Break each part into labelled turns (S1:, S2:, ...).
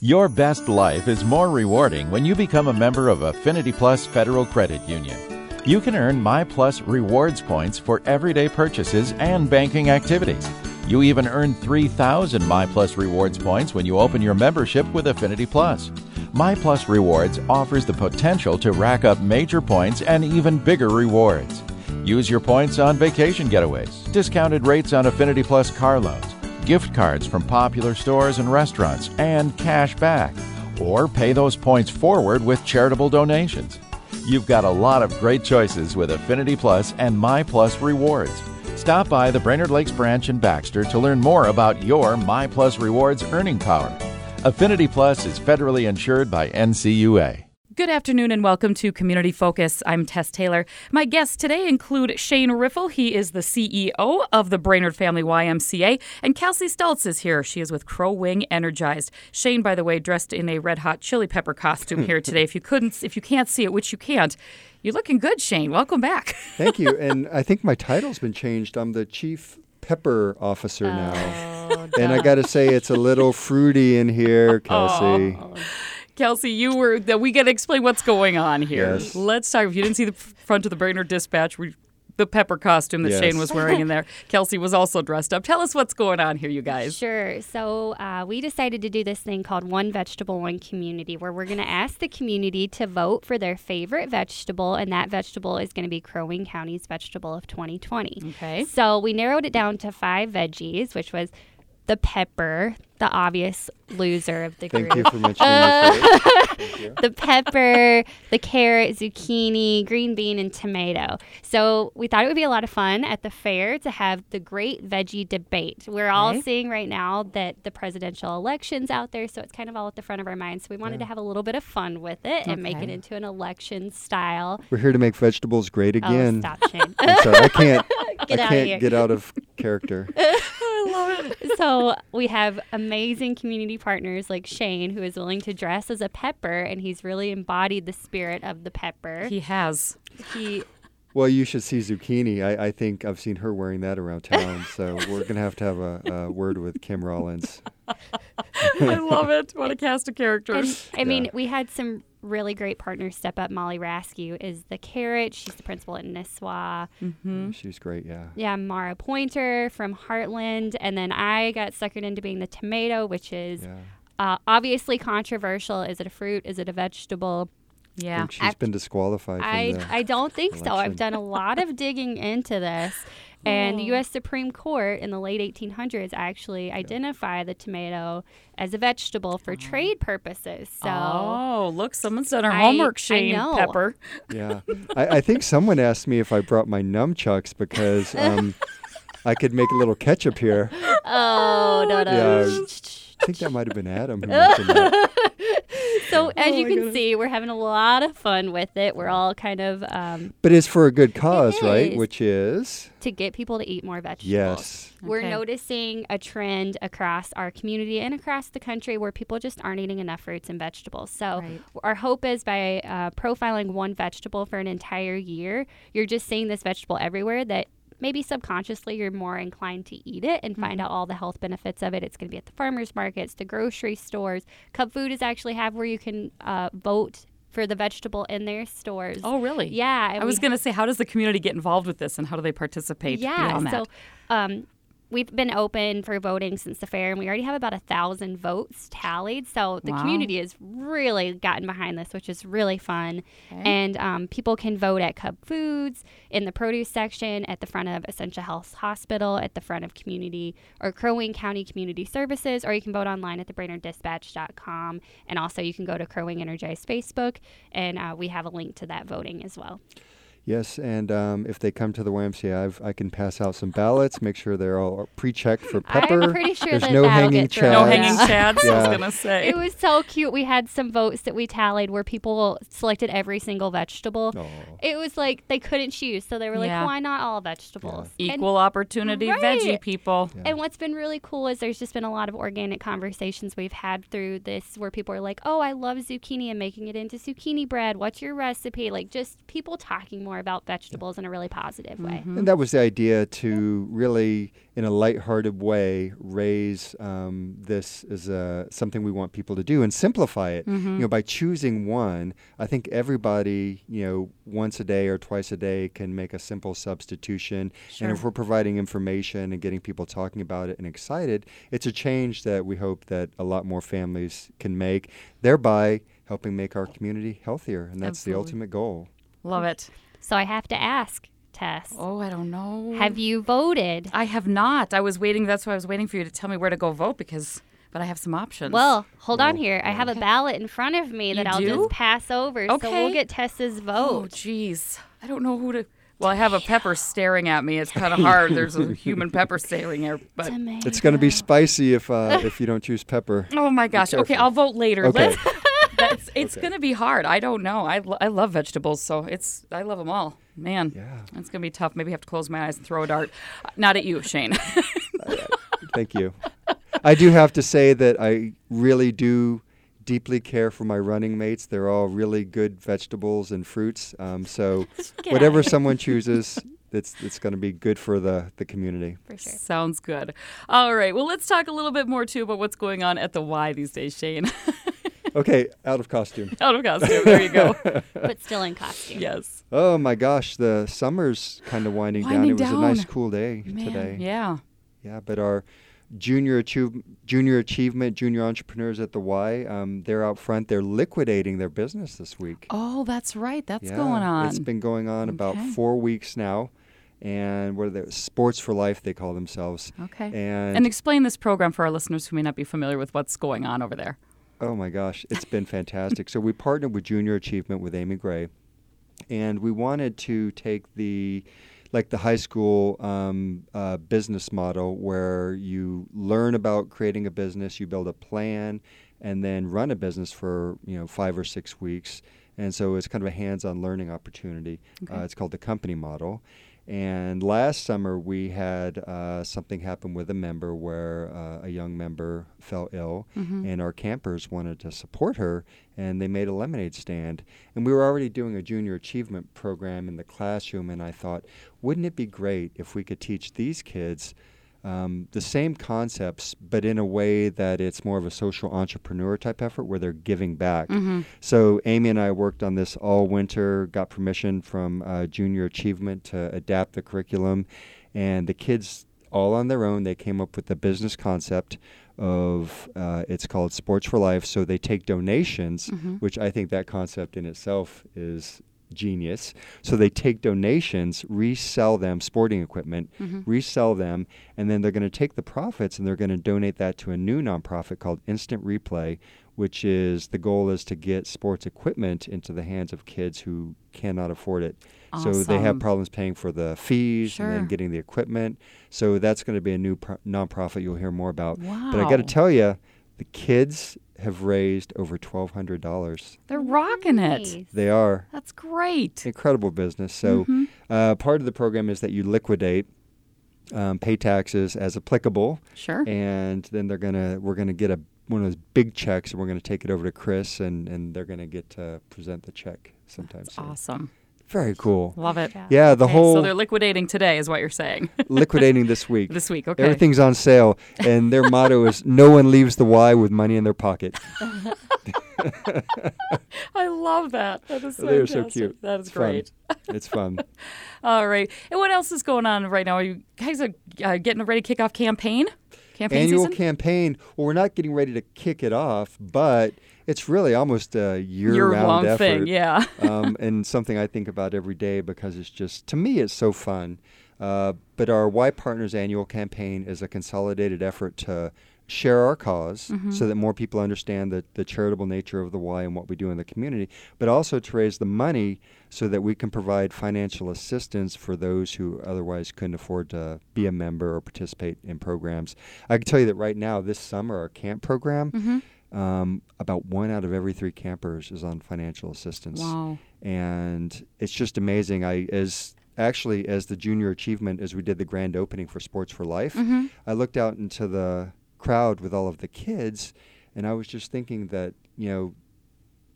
S1: Your best life is more rewarding when you become a member of Affinity Plus Federal Credit Union. You can earn My Plus rewards points for everyday purchases and banking activities. You even earn 3,000 MyPlus rewards points when you open your membership with Affinity Plus. MyPlus Rewards offers the potential to rack up major points and even bigger rewards. Use your points on vacation getaways, discounted rates on Affinity Plus car loans, gift cards from popular stores and restaurants, and cash back. Or pay those points forward with charitable donations. You've got a lot of great choices with Affinity Plus and MyPlus Rewards. Stop by the Brainerd Lakes branch in Baxter to learn more about your MyPlus Rewards earning power. Affinity Plus is federally insured by NCUA.
S2: Good afternoon and welcome to Community Focus. I'm Tess Taylor. My guests today include Shane Riffle. He is the CEO of the Brainerd Family YMCA, and Kelsey Stultz is here. She is with Crow Wing Energized. Shane, by the way, dressed in a red hot chili pepper costume here today. If you couldn't, if you can't see it, which you can't, you're looking good, Shane. Welcome back.
S3: Thank you. And I think my title's been changed. I'm the chief pepper officer
S4: Oh,
S3: now. and I got to say, it's a little fruity in
S4: Oh,
S3: here, Kelsey.
S2: Kelsey, you were that we got to explain what's going on here.
S3: Yes.
S2: Let's talk. If you didn't see the f- front of the Brainerd Dispatch, we, the pepper costume that
S3: Yes.
S2: Shane was wearing in there, Kelsey was also dressed up. Tell us what's going on here, you guys.
S4: Sure. So uh, we decided to do this thing called One Vegetable, One Community, where we're going to ask the community to vote for their favorite vegetable, and that vegetable is going to be Crow Wing County's vegetable of 2020.
S2: Okay.
S4: So we narrowed it down to five veggies, which was the pepper, the obvious loser of the group
S3: Thank you for mentioning the fruit.
S4: the pepper, the carrot, zucchini, green bean, and tomato. So we thought it would be a lot of fun at the fair to have the great veggie debate. We're all seeing right now that the presidential election's out there, so it's kind of all at the front of our minds. So we wanted to have a little bit of fun with it and make it into an election style.
S3: We're here to make vegetables great again.
S4: Oh, stop, Shane.
S3: I'm sorry, I can't.
S4: Get
S3: I
S4: out of
S3: can't
S4: here.
S3: get out of character.
S4: so we have amazing community partners like Shane, who is willing to dress as a pepper, and he's really embodied the spirit of the pepper.
S2: He has.
S4: he
S3: Well, you should see zucchini. I, I think I've seen her wearing that around town. So we're gonna have to have a, a word with Kim Rollins.
S2: I love it. What a cast of characters.
S4: I mean, we had some really great partners step up. Molly Raskew is the carrot. She's the principal at Nisswa.
S3: Hmm.
S4: Hmm.
S3: She's great. Yeah.
S4: Yeah, Mara Pointer from Heartland. And then I got suckered into being the tomato, which is
S3: Yeah.
S4: uh, obviously controversial. Is it a fruit? Is it a vegetable?
S3: I
S2: Yeah.
S3: think she's been disqualified. From
S4: I,
S3: the,
S4: I don't think so.
S3: election. Oh.
S4: I've done a lot of digging into this. And the U.S. Supreme Court in the late 1800s actually identified the tomato as a vegetable
S3: Oh.
S4: for trade purposes. So.
S2: Oh, look, someone's done her
S4: I-
S2: homework,
S4: I
S2: Shane
S4: know.
S2: Pepper.
S3: Yeah, I, I think someone asked me if I brought my nunchucks because um, I could make a little ketchup here.
S4: Oh, no, no.
S3: Yeah. I think that might have been Adam who mentioned that.
S4: So as you can see, we're having a lot of fun with it. We're all kind of um,
S3: But it's for a good cause, right?
S4: is.
S3: Which is
S4: to get people to eat more vegetables.
S3: yes.
S4: We're
S2: Okay.
S4: noticing a trend across our community and across the country where people just aren't eating enough fruits and vegetables. So,
S2: Right.
S4: our hope is by uh, profiling one vegetable for an entire year, you're just seeing this vegetable everywhere that maybe subconsciously you're more inclined to eat it and find
S2: Mm-hmm.
S4: out all the health benefits of it. It's going to be at the farmers markets, the grocery stores. Cub Food is actually have where you can uh, vote for the vegetable in their stores.
S2: Oh, really?
S4: Yeah, and
S2: I was
S4: we-
S2: going to say, how does the community get involved with this and how do they participate
S4: yeah,
S2: beyond that?
S4: so um, we've been open for voting since the fair, and we already have about a thousand votes tallied. So the
S2: Wow.
S4: community has really gotten behind this, which is really fun. And um, people can vote at Cub Foods in the produce section, at the front of Essentia Health Hospital, at the front of Community or Crow Wing County Community Services, or you can vote online at thebrainerddispatch.com. And also, you can go to Crow Wing Energized Facebook, and uh, we have a link to that voting as well.
S3: Yes, and um, if they come to the YMCA, I've, I can pass out some ballots, make sure they're all pre-checked for pepper.
S4: pretty sure
S3: There's
S4: that
S3: no
S4: that'll
S3: hanging
S4: get thrown.
S2: no
S4: Yeah.
S2: hanging chads, I was
S3: Yeah.
S2: going to say.
S4: it was so cute. We had some votes that we tallied where people selected every single vegetable.
S3: Oh.
S4: It was like they couldn't choose, so they were like,
S2: Yeah.
S4: "Why not all vegetables?" And-
S2: Equal opportunity
S4: Right.
S2: veggie people.
S4: and what's been really cool is there's just been a lot of organic conversations we've had through this where people are like, oh, I love zucchini and making it into zucchini bread. What's your recipe? Like just people talking more more about vegetables in a really positive way.
S2: Mm-hmm.
S3: And that was the idea to really, in a lighthearted way, raise um, this as a, something we want people to do and simplify it.
S2: Mm-hmm.
S3: You know, by choosing one, I think everybody, you know, once a day or twice a day can make a simple substitution. And if we're providing information and getting people talking about it and excited, it's a change that we hope that a lot more families can make, thereby helping make our community healthier. And that's
S2: Absolutely.
S3: the ultimate goal.
S2: Love it.
S4: So I have to ask, Tess,
S2: Oh, I don't know.
S4: have you voted?
S2: I have not. I was waiting. That's why I was waiting for you to tell me where to go vote because, but I have some options.
S4: Well, hold on here. I have a ballot in front of me that I'll
S2: do?
S4: just pass over. So
S2: Okay.
S4: we'll get Tess's
S2: oh,
S4: vote.
S2: jeez. I don't know who to. Well, I have a pepper staring at me. It's kind of hard. There's a human pepper staring there, but.
S4: Tomato.
S3: It's going to be spicy if uh, if you don't choose pepper.
S2: Oh my gosh. Okay,
S3: careful.
S2: I'll vote later.
S3: Okay.
S2: Let's- that's, it's going to be hard. I don't know. I, lo- I love vegetables, so it's I love them all. Man,
S3: Yeah.
S2: that's going to be tough. Maybe I have to close my eyes and throw a dart. Uh, Not at you, Shane.
S3: Thank you. I do have to say that I really do deeply care for my running mates. They're all really good vegetables and fruits. Um, so
S4: Get
S3: whatever
S4: outta here.
S3: someone chooses, it's it's going to be good for the the community.
S4: For sure.
S2: Sounds good. All right. Well, let's talk a little bit more, too, about what's going on at the Y these days, Shane.
S3: Okay, out of costume.
S2: Out of costume. There you go.
S4: But still in costume.
S2: yes.
S3: Oh my gosh, the summer's kind of winding,
S2: Winding
S3: down. It was a nice
S2: down.
S3: cool day
S2: Man,
S3: today.
S2: Yeah.
S3: Yeah, but our junior achieve, junior achievement, junior entrepreneurs at the Y, um, they're out front. They're liquidating their business this week.
S2: Oh, that's right. That's
S3: Yeah,
S2: going on.
S3: It's been going on about
S2: Okay.
S3: four weeks now, and what are they? Sports for Life, they call themselves.
S2: okay.
S3: And,
S2: and explain this program for our listeners who may not be familiar with what's going on over there.
S3: oh my gosh, it's been fantastic. so we partnered with Junior Achievement with Amy Gray, and we wanted to take the like the high school um, uh, business model where you learn about creating a business, you build a plan, and then run a business for you know five or six weeks. And so it's kind of a hands-on learning opportunity. Uh, it's called the company model. And last summer we had uh, something happen with a member where uh, a young member fell ill, and our campers wanted to support her, and they made a lemonade stand. And we were already doing a junior achievement program in the classroom, and I thought, wouldn't it be great if we could teach these kids um, the same concepts, but in a way that it's more of a social entrepreneur type effort where they're giving back. So, Amy and I worked on this all winter, got permission from uh, Junior Achievement to adapt the curriculum, and the kids, all on their own, they came up with the business concept of uh, it's called Sports for Life. So, they take donations,
S2: Mm-hmm.
S3: which I think that concept in itself is genius. So they take donations, resell them, sporting equipment,
S2: Mm-hmm.
S3: resell them, and then they're going to take the profits and they're going to donate that to a new nonprofit called Instant Replay, which is the goal is to get sports equipment into the hands of kids who cannot afford it. So they
S2: Awesome.
S3: have problems paying for the fees and
S2: Sure.
S3: then getting the equipment. So that's going to be a new pro- nonprofit you'll hear more about. But I got
S2: Wow.
S3: to tell you, the kids have raised over $1,200.
S2: They're rocking it.
S4: Nice.
S3: They are
S2: That's great.
S3: incredible business. So,
S2: Mm-hmm.
S3: uh, part of the program is that you liquidate, um, pay taxes as applicable,
S2: Sure.
S3: and then they're gonna we're gonna get a one of those big checks, and we're gonna take it over to Chris, and and they're gonna get to present the check sometime soon.
S2: Awesome.
S3: Very cool.
S2: Love it.
S3: Yeah, the
S2: Okay, so
S3: whole
S2: they're liquidating today, is what you're saying.
S3: liquidating this week.
S2: This week, okay.
S3: Everything's on sale, and their motto is "No one leaves the Y with money in their pocket."
S2: I love that. That is so
S3: They're so cute.
S2: That is
S3: It's fun.
S2: great.
S3: It's fun.
S2: All right. And what else is going on right now? Are you guys are, uh, getting ready to kick off campaign? Campaign
S3: annual
S2: season?
S3: campaign. Well, we're not getting ready to kick it off, but it's really almost a year-round
S2: Year-long
S3: effort.
S2: thing, yeah.
S3: um, and something I think about every day because it's just to me it's so fun. Uh, but our Y Partners annual campaign is a consolidated effort to share our because so that more people understand the, the charitable nature of the Y and what we do in the community, but also to raise the money so that we can provide financial assistance for those who otherwise couldn't afford to be a member or participate in programs. I can tell you that right now, this summer, our camp program. Um, about one out of every three campers is on financial assistance
S2: Wow.
S3: and it's just amazing. I as actually as the junior achievement as we did the grand opening for Sports for Life,
S2: Mm-hmm.
S3: I looked out into the crowd with all of the kids, and I was just thinking that you know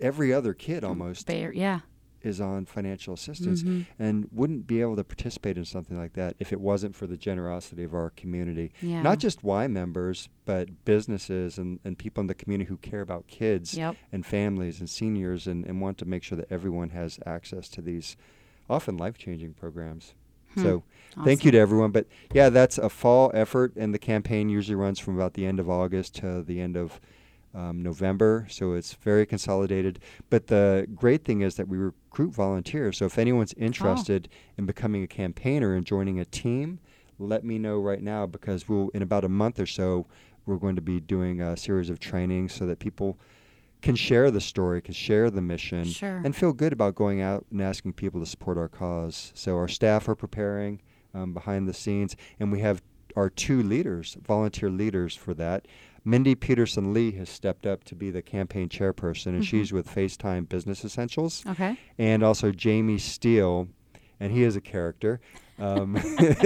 S3: every other kid almost
S2: Fair, yeah.
S3: is on financial assistance
S2: Mm-hmm.
S3: and wouldn't be able to participate in something like that if it wasn't for the generosity of our community.
S2: Yeah.
S3: Not just Y members, but businesses and, and people in the community who care about kids
S2: Yep.
S3: and families and seniors and, and want to make sure that everyone has access to these often life changing programs. So, thank you to everyone. But yeah, that's a fall effort, and the campaign usually runs from about the end of August to the end of um, November. So it's very consolidated. But the great thing is that we recruit volunteers. So if anyone's interested in becoming a campaigner and joining a team, let me know right now because we'll in about a month or so we're going to be doing a series of trainings so that people can share the story, can share the mission,
S2: Sure.
S3: and feel good about going out and asking people to support our cause. So our staff are preparing um, behind the scenes, and we have our two leaders, volunteer leaders for that. Mindy Peterson Lee has stepped up to be the campaign chairperson, and she's with FaceTime Business Essentials
S2: Okay.
S3: and also Jamie Steele, and he is a character. Um,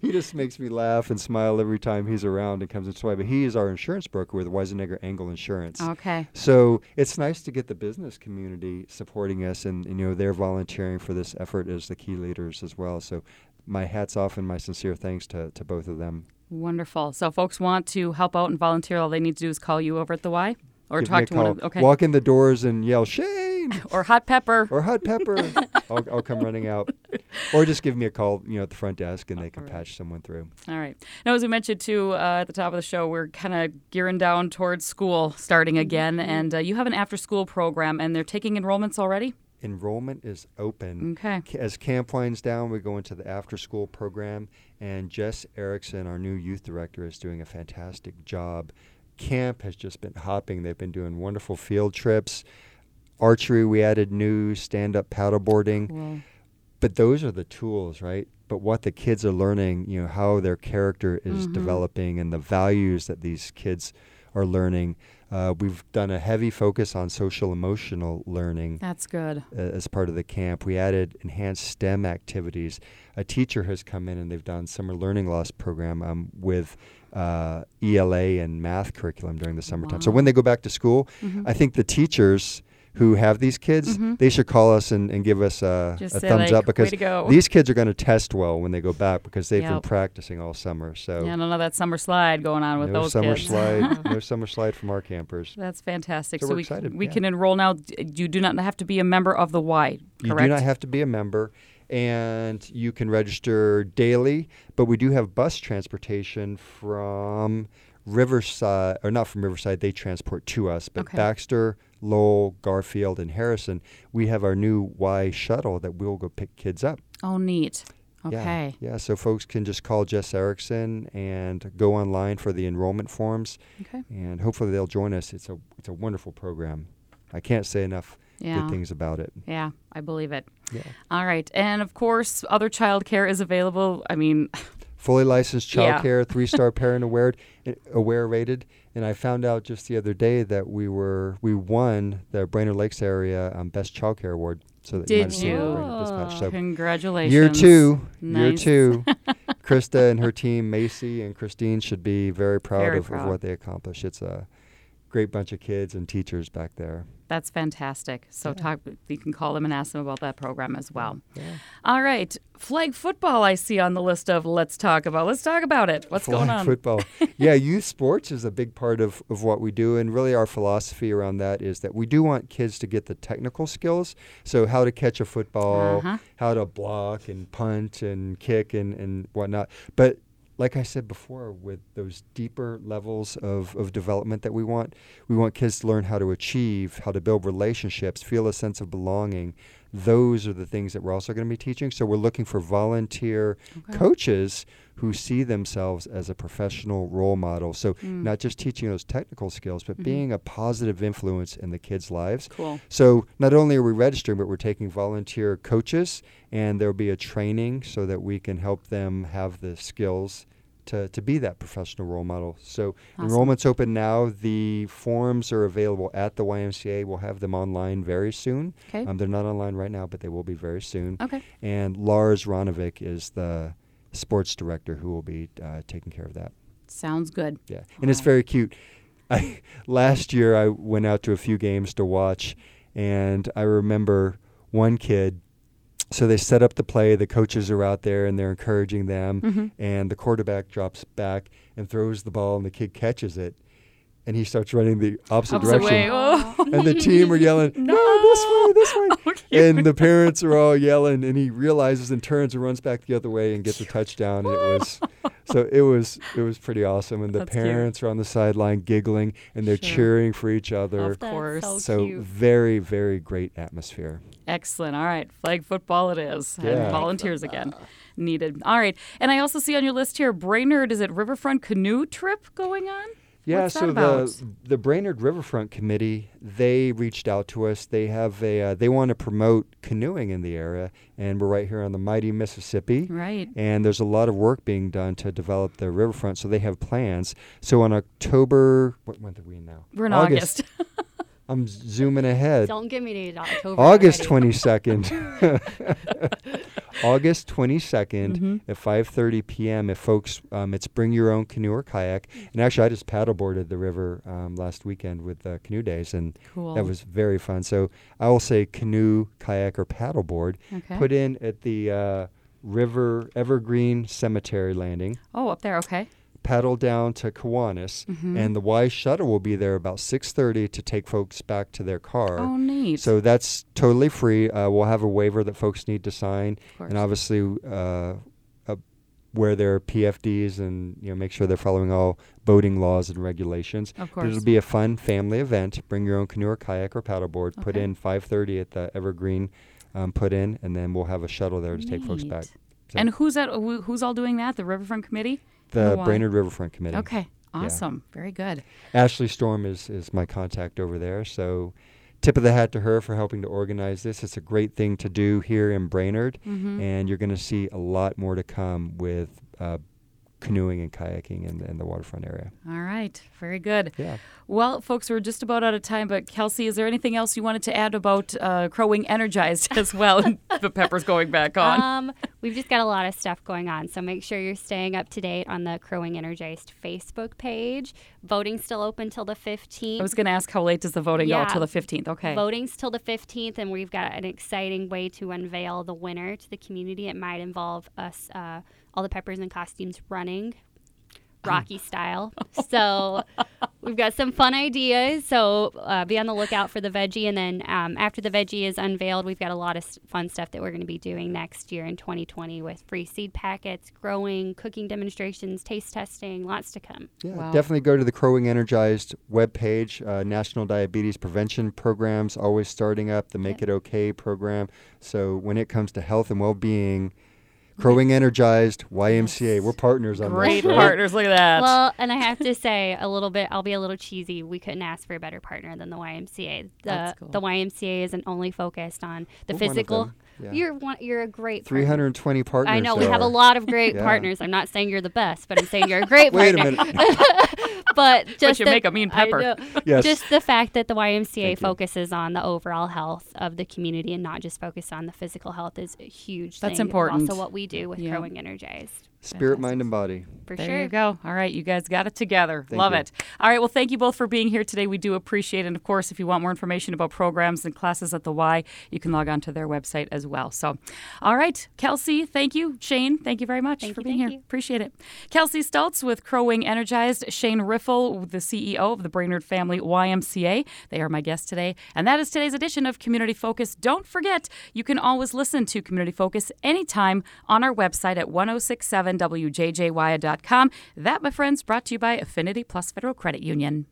S3: he just makes me laugh and smile every time he's around and comes into play. But he is our insurance broker with Weisenegger Angle Insurance.
S2: Okay.
S3: So it's nice to get the business community supporting us, and you know they're volunteering for this effort as the key leaders as well. So my hats off and my sincere thanks to, to both of them.
S2: Wonderful. So, if folks want to help out and volunteer, all they need to do is call you over at the Y or
S3: Give me
S2: talk
S3: a
S2: to one
S3: call.
S2: of okay
S3: Walk in the doors and yell Shane.
S2: or hot pepper.
S3: or hot pepper. I'll, I'll come running out, or just give me a call, you know, at the front desk, and they can patch someone through.
S2: All right. Now, as we mentioned too uh, at the top of the show, we're kind of gearing down towards school starting again, and uh, you have an after-school program, and they're taking enrollments already.
S3: Enrollment is open.
S2: Okay.
S3: Ca- As camp winds down, we go into the after-school program, and Jess Erickson, our new youth director, is doing a fantastic job. Camp has just been hopping. They've been doing wonderful field trips. Archery, we added new stand-up paddleboarding. but those are the tools right but what the kids are learning you know how their character is developing and the values that these kids are learning uh, we've done a heavy focus on social emotional learning
S2: That's good.
S3: uh, as part of the camp. We added enhanced STEM activities. A teacher has come in and they've done summer learning loss program um, with uh, ELA and math curriculum during the summertime. So when they go back to school,
S2: Mm-hmm.
S3: I think the teachers who have these kids, they should call us and, and give us a,
S2: Just
S3: a
S2: say,
S3: thumbs
S2: like,
S3: up because
S2: "Way to go."
S3: these kids are going to test well when they go back because they've been
S2: Yep.
S3: practicing all summer. So
S2: Yeah, I don't know that summer slide going on with
S3: Oh. no
S2: those
S3: summer
S2: kids.
S3: slide, no summer slide from our campers.
S2: That's fantastic.
S3: So
S2: so
S3: we're
S2: we
S3: excited,
S2: we
S3: yeah.
S2: can enroll now. D- You do not have to be a member of the Y, correct?
S3: You do not have to be a member, and you can register daily. But we do have bus transportation from Riverside, or not from Riverside. They transport to us, but
S2: Okay.
S3: Baxter, Lowell, Garfield, and Harrison. We have our new Y shuttle that we'll go pick kids up.
S2: oh, neat.
S3: Yeah.
S2: Okay.
S3: Yeah. So folks can just call Jess Erickson and go online for the enrollment forms,
S2: Okay.
S3: and hopefully they'll join us. It's a it's a wonderful program. I can't say enough
S2: Yeah.
S3: good things about it.
S2: Yeah, I believe it.
S3: Yeah.
S2: All right. And of course, other childcare is available. I mean,
S3: fully licensed
S2: Yeah.
S3: child care, three star parent aware, aware rated. And I found out just the other day that we were we won the Brainerd Lakes area um, best child care award. So that
S2: Did
S3: might have seen it
S2: you?
S3: in Brainerd Dispatch. So
S2: congratulations.
S3: year two, year
S2: Nice.
S3: two, Krista and her team, Macy and Christine, should be very proud,
S2: Very
S3: of,
S2: proud.
S3: of what they accomplished. It's a great bunch of kids and teachers back there.
S2: That's fantastic. So talk. You can call them and ask them about that program as well. All right, flag football. I see on the list of let's talk about. Let's talk about it. What's
S3: flag
S2: going on?
S3: football. yeah, youth sports is a big part of, of what we do. And really, our philosophy around that is that we do want kids to get the technical skills. So, how to catch a football,
S2: Uh-huh.
S3: how to block and punt and kick and, and whatnot. But like I said before, with those deeper levels of, of development that we want, we want kids to learn how to achieve, how to build relationships, feel a sense of belonging. Those are the things that we're also going to be teaching. So we're looking for volunteer coaches who see themselves as a professional role model. So not just teaching those technical skills, but being a positive influence in the kids' lives.
S2: Cool.
S3: So not only are we registering, but we're taking volunteer coaches, and there'll be a training so that we can help them have the skills to, to be that professional role model. So enrollment's open now. The forms are available at the YMCA. We'll have them online very soon.
S2: 'Kay.
S3: Um, they're not online right now, but they will be very soon.
S2: Okay.
S3: And Lars Ronovic is the sports director who will be uh, taking care of that.
S2: Sounds good.
S3: Yeah, and it's very cute. I, last year, I went out to a few games to watch, and I remember one kid. So they set up the play. The coaches are out there and they're encouraging them.
S2: Mm-hmm.
S3: And the quarterback drops back and throws the ball, and the kid catches it, and he starts running the opposite,
S2: Opposite
S3: direction.
S2: way. Oh.
S3: And the team are yelling, "No, this way, this way!" and the parents are all yelling, and he realizes and turns and runs back the other way and gets a touchdown. And it was so it was it was pretty awesome. And the
S2: That's cute.
S3: parents are on the sideline giggling and they're
S2: Sure.
S3: cheering for each other.
S2: Of course.
S4: That's so
S3: So
S4: cute.
S3: very very great atmosphere.
S2: Excellent. All right. Flag football it is. And
S3: Yeah.
S2: volunteers again needed. All right. And I also see on your list here Brainerd, is it Riverfront Canoe Trip going on?
S3: Yeah,
S2: What's that
S3: so
S2: about?
S3: the the Brainerd Riverfront Committee they reached out to us. They have a uh, they want to promote canoeing in the area, and we're right here on the mighty Mississippi.
S2: Right.
S3: And there's a lot of work being done to develop the riverfront, so they have plans. So on October, what month are we in now?
S2: We're in August.
S3: I'm zooming ahead.
S4: Don't get me to October.
S3: August
S4: already.
S3: 22nd. August 22nd
S2: Mm-hmm.
S3: at 5:30 p.m. If folks, um, it's bring your own canoe or kayak. And actually, I just paddleboarded the river um, last weekend with uh, canoe days, and
S2: Cool.
S3: that was very fun. So I will say canoe, kayak, or paddleboard.
S2: Okay.
S3: Put in at the uh, River Evergreen Cemetery Landing.
S2: oh, up there. Okay.
S3: Paddle down to Kiwanis,
S2: Mm-hmm.
S3: and the Y shuttle will be there about 6:30 to take folks back to their car.
S2: Oh, neat.
S3: So that's totally free. Uh, we'll have a waiver that folks need to sign,
S2: course.
S3: and obviously uh, uh, where there are PFDs and you know make sure they're following all boating laws and regulations.
S2: Of
S3: But
S2: course.
S3: it'll be a fun family event. Bring your own canoe or kayak or paddleboard. Put
S2: Okay.
S3: in 5:30 at the Evergreen. Um, put in, and then we'll have a shuttle there to take folks
S2: Neat.
S3: back. So
S2: and who's that? who- Who's all doing that? The Riverfront Committee?
S3: the
S2: Why?
S3: Brainerd Riverfront Committee.
S2: Okay. Awesome. Very good.
S3: Ashley Storm is, is my contact over there. So, tip of the hat to her for helping to organize this. It's a great thing to do here in Brainerd,
S4: Mm-hmm.
S3: and you're going to see a lot more to come with uh, canoeing and kayaking in, the- in the waterfront area.
S2: All right. Very good.
S3: Yeah.
S2: Well, folks, we're just about out of time, but Kelsey, is there anything else you wanted to add about uh, Crow Wing Energized as well? the pepper's going back on.
S4: Um, we've just got a lot of stuff going on, so make sure you're staying up to date on the Crowing Energized Facebook page. Voting's still open till the 15th.
S2: I was going to ask how late does the voting
S4: yeah.
S2: go till the 15th? Okay.
S4: Voting's till the 15th, and we've got an exciting way to unveil the winner to the community. It might involve us, uh, all the peppers and costumes running, Rocky style. So we've got some fun ideas. So uh, be on the lookout for the veggie. And then um, after the veggie is unveiled, we've got a lot of s- fun stuff that we're going to be doing next year in 2020 with free seed packets, growing, cooking demonstrations, taste testing, lots to come.
S3: Yeah,
S2: Wow.
S3: definitely go to the Crowing Energized webpage. Uh, National Diabetes Prevention Programs always starting up. The Make It Okay program. So when it comes to health and well-being, Crowing Energized YMCA, we're partners on
S2: Great
S3: this. right?
S2: partners. Look at that.
S4: Well, and I have to say a little bit. I'll be a little cheesy. We couldn't ask for a better partner than the YMCA. The
S2: That's cool.
S4: the YMCA isn't only focused on the
S3: We're one of
S4: physical.
S3: them, yeah.
S4: You're one, you're a great partner.
S3: 320 partners.
S4: I know we
S3: there
S4: have a
S3: are.
S4: lot of great
S3: Yeah.
S4: partners. I'm not saying you're the best, but I'm saying you're a great
S3: Wait a
S4: partner.
S3: minute.
S4: But just
S2: you
S4: the-
S2: make a mean
S4: I
S2: pepper.
S4: know.
S3: Yes.
S4: Just the fact that the YMCA
S3: Thank you.
S4: focuses on the overall health of the community and not just focused on the physical health is a huge.
S2: That's
S4: thing.
S2: important.
S4: Also, what we do with
S2: Yeah.
S4: growing energized.
S3: Spirit, mind, and body.
S4: For
S2: There
S4: sure.
S2: you go. All right, you guys got it together.
S3: Thank
S2: Love
S3: you.
S2: it. All right, well, thank you both for being here today. We do appreciate it. And of course, if you want more information about programs and classes at the Y, you can log on to their website as well. So, all right, Kelsey, thank you. Shane, thank you very much
S4: Thank
S2: for
S4: you,
S2: being
S4: thank
S2: here.
S4: you.
S2: Appreciate it. Kelsey Stultz with Crow Wing Energized, Shane Riffle, the CEO of the Brainerd Family YMCA. They are my guests today. And that is today's edition of Community Focus. Don't forget, you can always listen to Community Focus anytime on our website at 1067wjjwya.com. That, my friends, brought to you by Affinity Plus Federal Credit Union.